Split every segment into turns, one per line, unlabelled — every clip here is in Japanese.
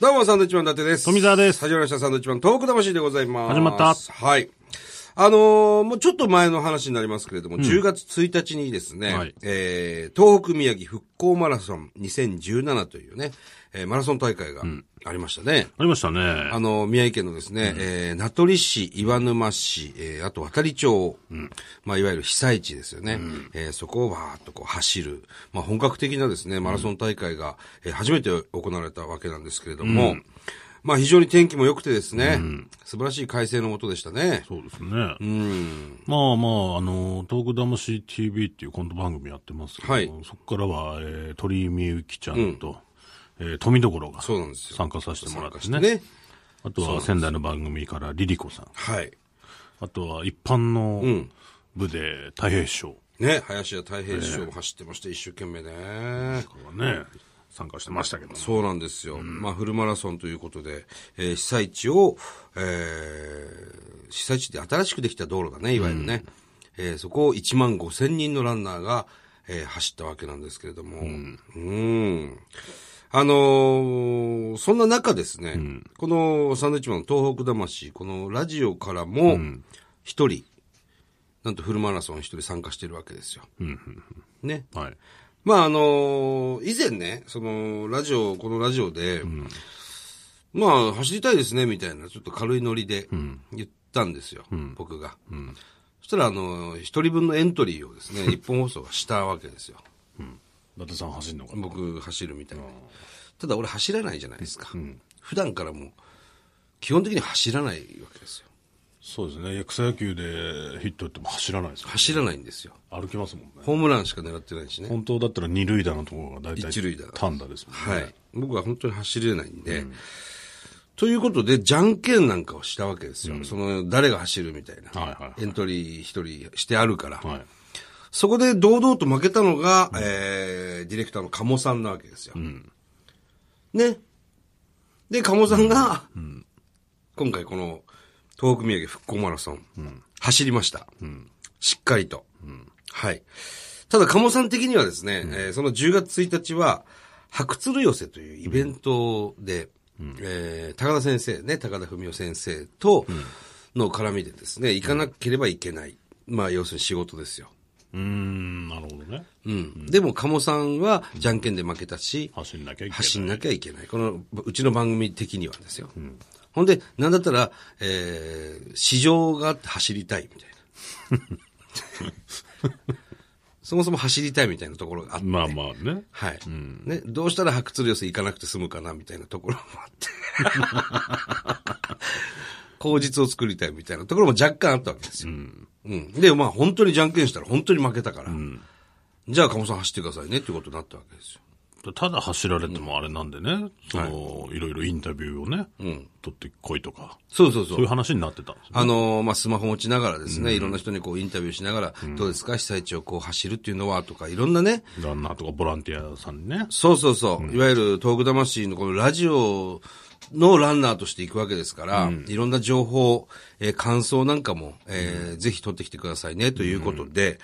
どうも、サンドイッチマン伊達です。
富澤です
始まりました、サンドイッチマントーク魂でございます。
始まった
はい。あのーもうちょっと前の話になりますけれども、10月1日にですね、
はい
えー東北宮城復興マラソン2017というね、えーマラソン大会がありましたね。
ありましたね。
あの、宮城県のですね、えー名取市、岩沼市、えーあと渡里町、まあ、いわゆる被災地ですよね。えーそこをわーっとこう走る、まあ、本格的なですね、マラソン大会が、えー初めて行われたわけなんですけれども、まあ、非常に天気も良くてですね、素晴らしい快晴のもとでしたね。
そうですね。まあまあ、あの、東北魂 TV っていうコント番組やってますけど、
はい
そこからは、えー、鳥みゆきちゃんと、えー、富所が
そうなんですよ
参加させてもらってね。
ね。
あとは仙台の番組からリリコさん。
はい。
あとは一般の部で太平師匠
ね、林家太平師匠も走ってました、一生懸命ね。
とかね、参加してましたけど、
そうなんですよ。まあ、フルマラソンということで、えー被災地を、えー被災地で新しくできた道路だね、いわゆるね。えーそこを1万5千人のランナーが、えー走ったわけなんですけれども。うん。あのーそんな中ですね、このサンドウィッチマンの東北魂、このラジオからも、一人、なんとフルマラソン一人参加してるわけですよ。ね。
はい。
まああの以前ね、その、ラジオ、このラジオで、まあ走りたいですね、みたいな、ちょっと軽いノリで言ったんですよ、僕が。そしたら、あの一人分のエントリーを ですね、日本放送がしたわけですよ。
伊達さん走んのかな
僕走るみたいな。ただ俺走らないじゃないですか。普段からもう、基本的に走らないわけですよ。
そうですね。草野球でヒット打っても走らないですか
走らないんですよ。
ら歩きますもんね。
ホームランしか狙ってないしね。
本当だったら二塁打のところが大体
一塁打
単打ですもんね。
はい。僕は本当に走れないんで、ということで、じゃんけんなんかをしたわけですよ。その、誰が走るみたいな。
はいはいはい
エントリー一人してあるから。
はい。
そこで堂々と負けたのが、えー、ディレクターの鴨さんなわけですよ。ね。で、鴨さんが、今回この、東北宮城復興マラソン、走りました。しっかりと。はい。ただ、鴨さん的にはですね、えーその10月1日は、白鶴寄せというイベントで、えー高田先生ね、高田文夫先生との絡みでですね、行かなければいけない。まあ、要するに仕事ですよ。
うーん、なるほどね。
うん。でも、鴨さんは、じゃんけんで負けたし、
走んなきゃいけない。
走んなきゃいけない。この、うちの番組的にはですよ。ほんで、なんだったら、えー、市場があって走りたい、みたいな。そもそも走りたいみたいなところがあって。
まあまあね。
はい。ね、どうしたら白鶴寄せ行かなくて済むかな、みたいなところもあって。口実を作りたいみたいなところも若干あったわけですよ。うん。で、まあ本当にじゃんけんしたら本当に負けたから。じゃあ、鴨さん走ってくださいねっていうことになったわけですよ。
ただ走られてもあれなんでね、その、い、ろいろインタビューをね、取ってこいとか、
そうそうそう。
そういう話になってたんですよ。
あのーまあ、スマホ持ちながらですね、いろんな人にこうインタビューしながら、どうですか被災地をこう走るっていうのはとか、いろんなね、
ランナーとかボランティアさんにね。
そうそうそう、いわゆる東北魂のこのラジオのランナーとして行くわけですから、いろんな情報、えー感想なんかも、えーぜひ取ってきてくださいね、ということで、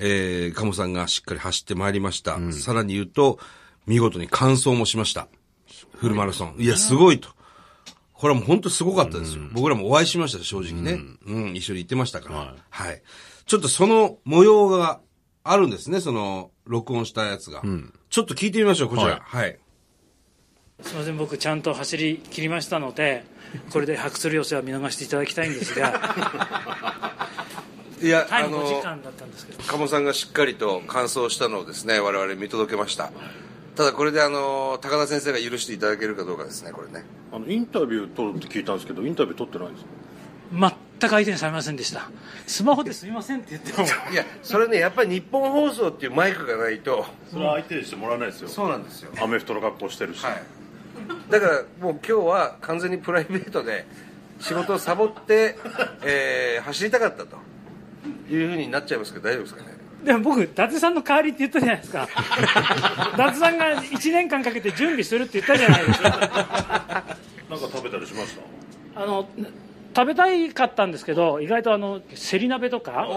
えー、鴨さんがしっかり走ってまいりました。さらに言うと、見事に完走もしました。フルマラソン。いや、すごいと。これはもう本当すごかったですよ。僕らもお会いしました、正直ね。うん、一緒に行ってましたから、は。
はい
ちょっとその模様があるんですね、その、録音したやつが。ちょっと聞いてみましょう、こちら。はい。
すみません僕ちゃんと走り切りましたのでこれで白鶴寄せは見逃していただきたいんですが
い、や、
タ
あ
イム5時
の、
間だったんですけど
鴨さんがしっかりと完走したのをですね、我々見届けました。ただこれであの、高田先生が許していただけるかどうかですね、これね。
あのインタビュー取るって聞いたんですけどインタビュー取ってないんですか
全く相手にされませんでしたスマホですみませんって言っても
いや、それね、やっぱり日本放送っていうマイクがないと、
それは相手にしてもらえないですよ
そうなんですよ。
アメフトの格好してるし、
はい、だからもう今日は完全にプライベートで仕事をサボって、えー走りたかったというふうになっちゃいますけど大丈夫ですかね
でも僕伊達さんの代わりって言ったじゃないです か伊達さんが1年間かけて準備するって言ったじゃないですか
なんか食べたりしました
あの食べたいかったんですけど意外とあのせり鍋とか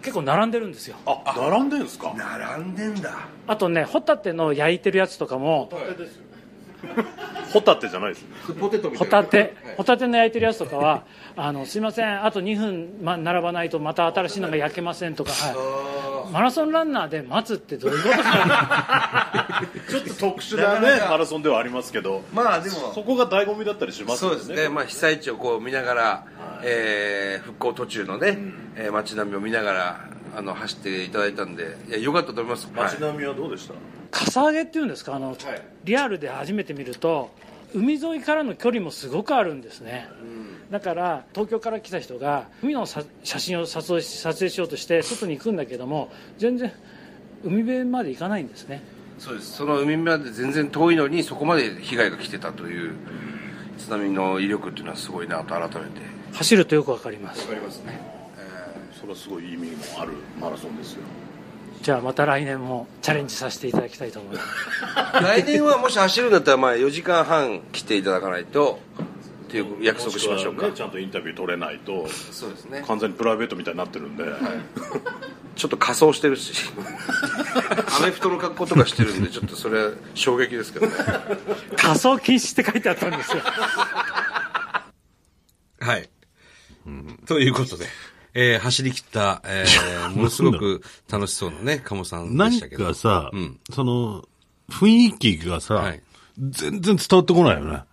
結構並んでるんですよ
あ並んでんですか
並んでんだ
あとねホタテの焼いてるやつとかも
ホタテじゃないですね
ポテトみた
ホ
いな
タ テホタテの焼いてるやつとかはあのすいませんあと2分、ま、並ばないとまた新しいのが焼けませんとか、はい、マラソンランナーで待つってどういうこと か
ちょっと特殊
な
な
ね
ねマラソンではありますけど
まあでも
そこが醍醐味だったりします
そ
よ
うですね、まあ、被災地をこう見ながら、えー復興途中のね、えー街並みを見ながらあの走っていただいたんでいや良かったと思います、はい
街並みはどうでした、
かさ上げっていうんですかあの、リアルで初めて見ると海沿いからの距離もすごくあるんですね、だから東京から来た人が海のさ写真を撮影し撮影しようとして外に行くんだけども全然海辺まで行かないんですね
そうですその海まで全然遠いのにそこまで被害が来てたという津波の威力っていうのはすごいなと改めて
走るとよくわかります
分かりますね
それはすごい意味もあるマラソンですよ
じゃあまた来年もチャレンジさせていただきたいと思います
来年はもし走るんだったらまあ4時間半来ていただかないとっていう約束しましょう
もく
か、
はねちゃんとインタビュー取れないと
そうですね
完全にプライベートみたいになってるんで、
ちょっと仮装してるしアメフトの格好とかしてるんでちょっとそれは衝撃ですけどね
仮装禁止って書いてあったんですよ
はい。ということで、えー走り切った、えーものすごく楽しそうなね、鴨さんで
何
したけど。
かさ、
うん
その、雰囲気がさ、
はい
全然伝わってこないよね。
あ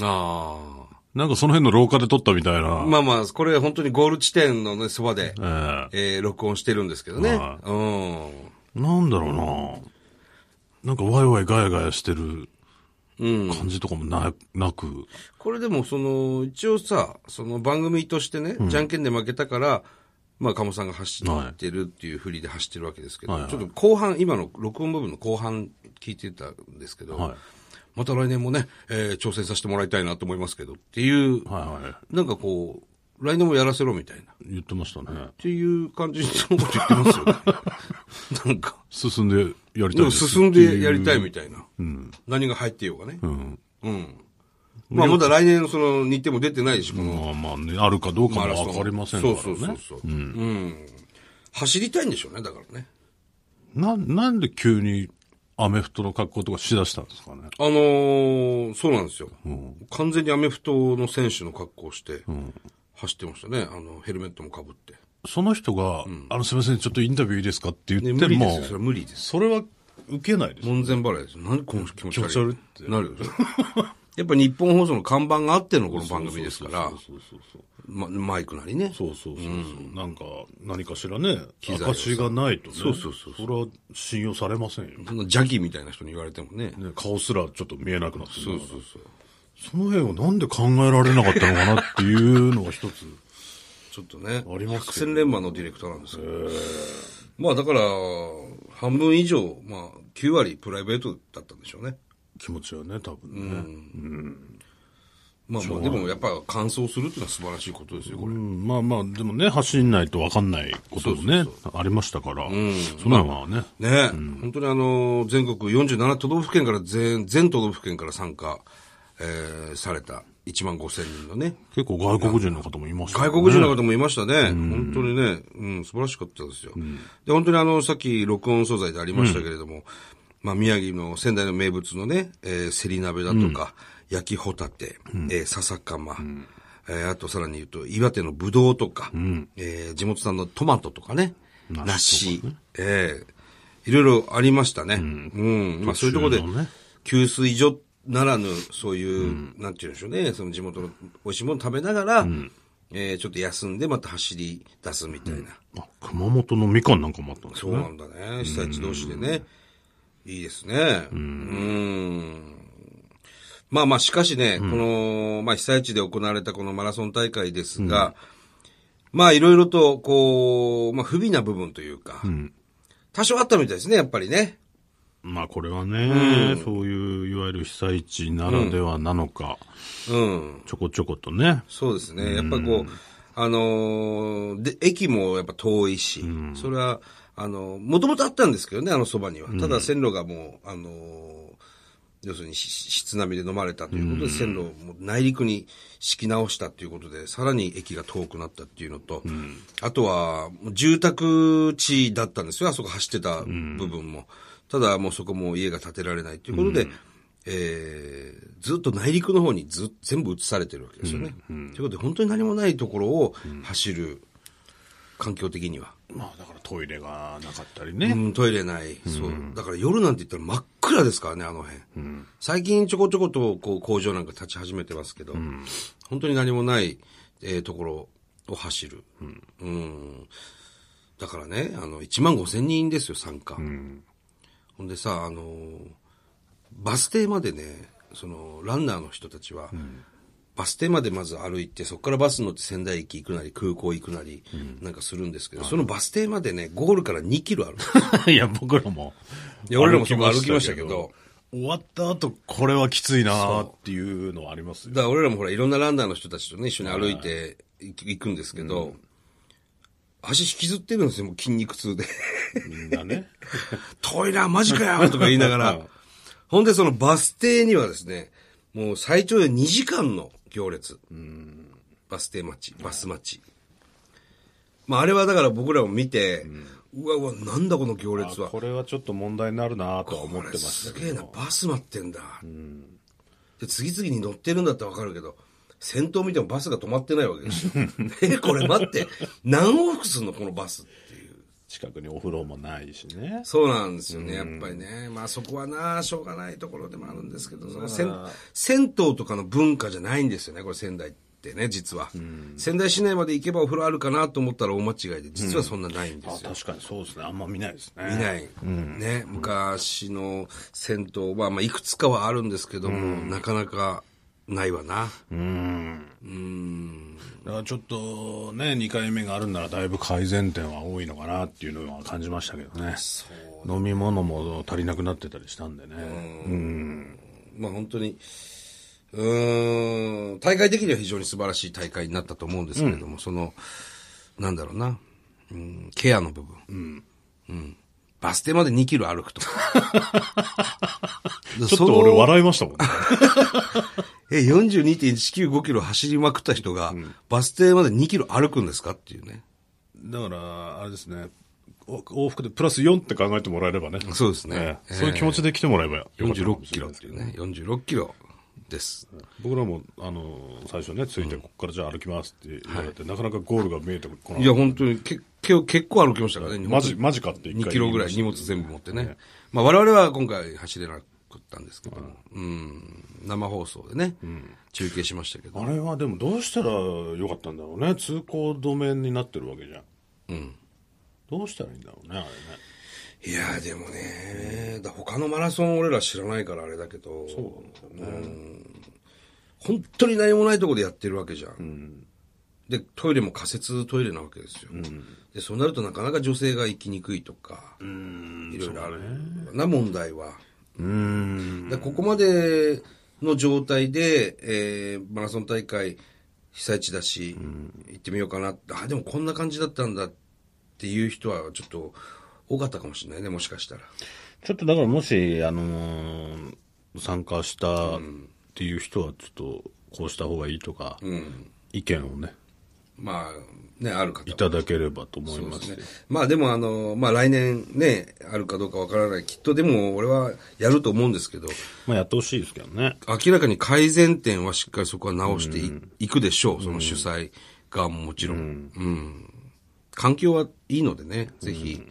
あ。
なんかその辺の廊下で撮ったみたいな。
まあまあ、これ本当にゴール地点のね、そばで、
ええ
えー録音してるんですけどね。
は
うん。
なんだろうななんかワイワイガヤガヤしてる
うん。
感じとかもな、なく。
これでも、その、一応さ、その番組としてね、じゃんけんで負けたから、まあ、鴨さんが走ってるっていう振りで走ってるわけですけど、
はいはい
ちょっと後半、今の録音部分の後半聞いてたんですけど、
はい
また来年もね、えー挑戦させてもらいたいなと思いますけどっていう、
はいはい。
なんかこう、来年もやらせろみたいな、っ
言ってましたね。
ていう感じのこと言ってます よね。なんか、
進んでやり
で
たい
も
です。
進んでやりたいみたいな。
ん
何が入ってようがね。
うん。
うん。まあまだ来年のその日程も出てないでしょ、この
まあまあね、あるかどうか
マラソン。
もわかりませんから
そう
ね。
そうそうそう。うん。走りたいんでしょうね、だからね。
な、なんで急にアメフトの格好とかしだしたんですかね。
あのー、そうなんですよ。
ん
完全にアメフトの選手の格好をして、走ってましたね。あの、ヘルメットもかぶって。
その人が、あの、すみません、ちょっとインタビューいいですかって
ね、
言って
無理
も、
ですよ。それは無理です。
それは受けないです。
門前払いですよ。何この気持ち悪い。
気持ち悪いって
なるでしょ。 やっぱ日本放送の看板があってのこの番組ですから、
そうそうそう。
まマイクなりね。
そうそうそうそう、なんか、何かしらね、
材をさ
証がないとね。
そうそうそう
それは信用されませんよ。
そのジャギみたいな人に言われてもね。
ね、顔すらちょっと見えなくなってる
そう
から
そうそう。
その辺をなんで考えられなかったのかなっていうのが一つ。
ちょっとね。
ありますよ
百戦錬磨のディレクターなんですけど。まあだから、半分以上、まあ9割プライベートだったんでしょうね。
気持ちはね、多分ね。
まあまあでもやっぱ完走するっていうのは素晴らしいことですよ、これ。
うんまあまあ、でもね、走んないと分かんないこともね、ありましたから、その辺はね、
ね、本当にあの、全国47都道府県から全、全都道府県から参加、えーされた1万5千人のね、
結構外国人の方もいましたね。
外国人の方もいましたね。本当にね、うん、素晴らしかったですよ。で、本当にあの、さっき録音素材でありましたけれども、まあ、宮城の仙台の名物のね、えー、セリ鍋だとか、焼きホタテ、えー、笹かま、えーあとさらに言うと、岩手のぶどうとか、えー地元産のトマトとかね、梨、えーいろいろありましたね。うん。まあ、そういうところで
途中のね、
給水所ならぬ、そういう、なんて言うんでしょうね、その地元の美味しいもの食べながら、えーちょっと休んでまた走り出すみたいな。
あ熊本のみかんなんかもあったんです
そ
よ
う
ね。
なんだね。被災地同士でね。いいですね。うん。まあまあ、しかしね、この、まあ被災地で行われたこのマラソン大会ですが、まあいろいろと、こう、まあ不備な部分というか、多少あったみたいですね、やっぱりね。
まあこれはね、そういう、いわゆる被災地ならではなのか、
うん。
ちょこちょことね、
そうですね。やっぱこう、あのーで、駅もやっぱ遠いし、それは、あのもともとあったんですけどね、あのそばには。ただ線路がもう、あのー要するにし質波で飲まれたということで、線路をもう内陸に敷き直したということで、さらに駅が遠くなったっていうのと、あとは、もう住宅地だったんですよ、あそこ走ってた部分も。ただもうそこも家が建てられないということで、えーずっと内陸の方にずっ全部移されてるわけですよね。ということで、本当に何もないところを走る、環境的には。
まあだからトイレがなかったり
う
ね。
ん、トイレない。そう。だから夜なんて言ったら真っ暗ですからね、あの辺。最近ちょこちょことこう工場なんか立ち始めてますけど、本当に何もない、えーところを走る。うん。だからね、あの、1万5千人ですよ、参加。ほんでさ、あのーバス停までね、その、ランナーの人たちは、バス停までまず歩いて、そこからバス乗って仙台駅行くなり、空港行くなり、なんかするんですけど、そのバス停までね、ゴールから2キロある。
いや、僕らも。
いや俺らもそこ歩きましたけど。
終わった後、これはきついなーっていうのはありますよ。
だから俺らもほら、いろんなランナーの人たちとね、一緒に歩いてい行くんですけど、足引きずってるんですよ、もう筋肉痛で。
みんなね。
トイレマジかよとか言いながら。ほんで、そのバス停にはですね、もう最長で2時間の行列。バス停待ち、バス待ち。まあ、あれはだから僕らも見て、うわうわ、なんだこの行列は。
これはちょっと問題になるなーとは思ってました
す
け
げえな
ど。
バス待ってんだ、で次々に乗ってるんだったら分かるけど先頭見てもバスが止まってないわけですよ えこれ待って何往復すんのこのバスっていう
近くにお風呂もないしね。
そうなんですよね、やっぱりねまあそこはなしょうがないところでもあるんですけどそれはせん銭湯とかの文化じゃないんですよねこれ仙台ってね実は、仙台市内まで行けばお風呂あるかなと思ったら大間違いで実はそんなないんですよ、
あ確かにそうですね。あんま見ないですね。
見ない、ね、昔の銭湯は、まあ、いくつかはあるんですけども、なかなかないわな。
だからちょっとね、2回目があるんならだいぶ改善点は多いのかなっていうのは感じましたけどね。飲み物も足りなくなってたりしたんでね。
まあ本当に、うーん、大会的には非常に素晴らしい大会になったと思うんですけれども、その、なんだろうな、うん、ケアの部分。うんバス停まで2キロ歩くとか。
ちょっと俺笑いましたもんね。
え、42.195キロ走りまくった人が、バス停まで2キロ歩くんですかっていうね。
だから、あれですね。お往復でプラス4って考えてもらえればね。
そうですね
ええ
ええ
そういう気持ちで来てもらえばよかったかもしれない
46
です
キ
け
ロ
ど
っていうね、46キロです。
僕らも、あの、最初ね、ついて、ここからじゃあ歩きますって言われて、なかなかゴールが見えてこない。
いや、本当に、け、け、結構歩きましたからね。
マジ、マジかって一回
2キロぐらい荷物全部持ってね。まあ、我々は今回走れなかったんですけども、うん、生放送でね、中継しましたけど
あ、れはでもどうしたらよかったんだろうね。通行止めになってるわけじゃん。うん。どうしたらいいんだろうね、あれね。
いや、でもね、だ他のマラソン俺ら知らないからあれだけど、うん本当に何もないとこでやってるわけじゃん。で、トイレも仮設トイレなわけですよ。で、そうなるとなかなか女性が行きにくいとか、いろいろあるな問題は。でここまでの状態で、えーマラソン大会、被災地だし、行ってみようかな。あ、でもこんな感じだったんだっていう人はちょっと多かったかもしれないね、もしかしたら。
ちょっとだからもし、あのー参加したっていう人は、ちょっと、こうした方がいいとか、意見をね、
まあ、ね、ある方
い
は
ただければと思いま
そ
す
う
よ
ですね。まあでもあの、まあ来年ね、あるかどうかわからない。きっとでも俺はやると思うんですけど、
まあ、やってほしいですけどね。
明らかに改善点はしっかりそこは直してい,、くでしょう。その主催側ももちろん。うん。環境はいいのでね、ぜひ、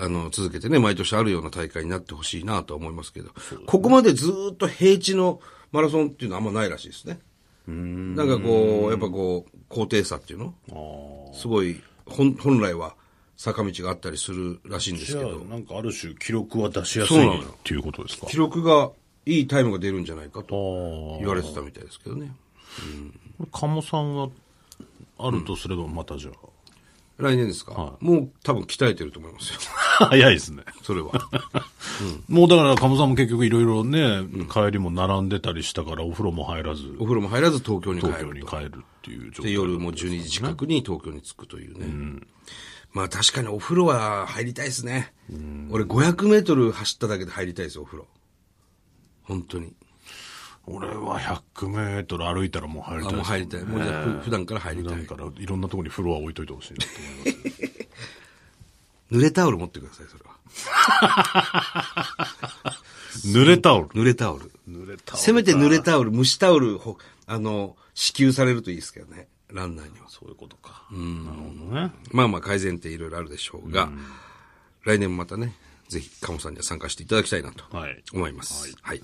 あの、続けてね、毎年あるような大会になってほしいなとは思いますけど、ここまでずーっと平地のマラソンっていうのはあんまないらしいですね。なんかこう、やっぱこう、高低差っていうの
ああ。
すごい、本本来は坂道があったりするらしいんです
じゃ
け
あ
ど、、
なんかある種、記録は出しやす
そう
い
なのよ
っていうことですか。
記録が、いいタイムが出るんじゃないか
ああ
と。言われてたみたいですけどね。
これ、鴨さんは、あるとすれば、またじゃ
来年ですか、
はい
もう多分鍛えてると思いますよ。
あ。 早いですね。
それは。
もうだから、鴨さんも結局いろいろね、帰りも並んでたりしたから、お風呂も入らず、
お風呂も入らず東京に帰
東京
ると。
に帰るっていう状
で、
態。
夜もう12時近くに東京に着くというね。まあ確かにお風呂は入りたいですね。俺500メートル走っただけで入りたいです、お風呂。本当に。
俺は100メートル歩いたらもう入り
あ
たい
もう
ですね
入りたい。もうじゃあふ普段から入りた
なん
い。
からいろんなところにフロア置いといてほしいなと思います。
濡れタオル持ってください、それは。
濡れタオル。
濡れタオル。
濡れタオル。
せめて濡れタオル、蒸しタオル、ほあの、支給されるといいですけどね。ランナーには。
そういうことか。なるほどね。
まあまあ改善っていろいろあるでしょうが、来年もまたね、ぜひ、鴨さんには参加していただきたいなと
はい
思います。はい。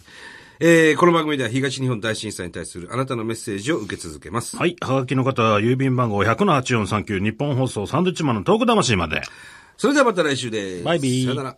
えーこの番組では東日本大震災に対するあなたのメッセージを受け続けます。
はい。はがきの方は、郵便番号100-8439、日本放送サンドウィッチマンのトーク魂まで。
それではまた来週です。
バイビー
さよなら。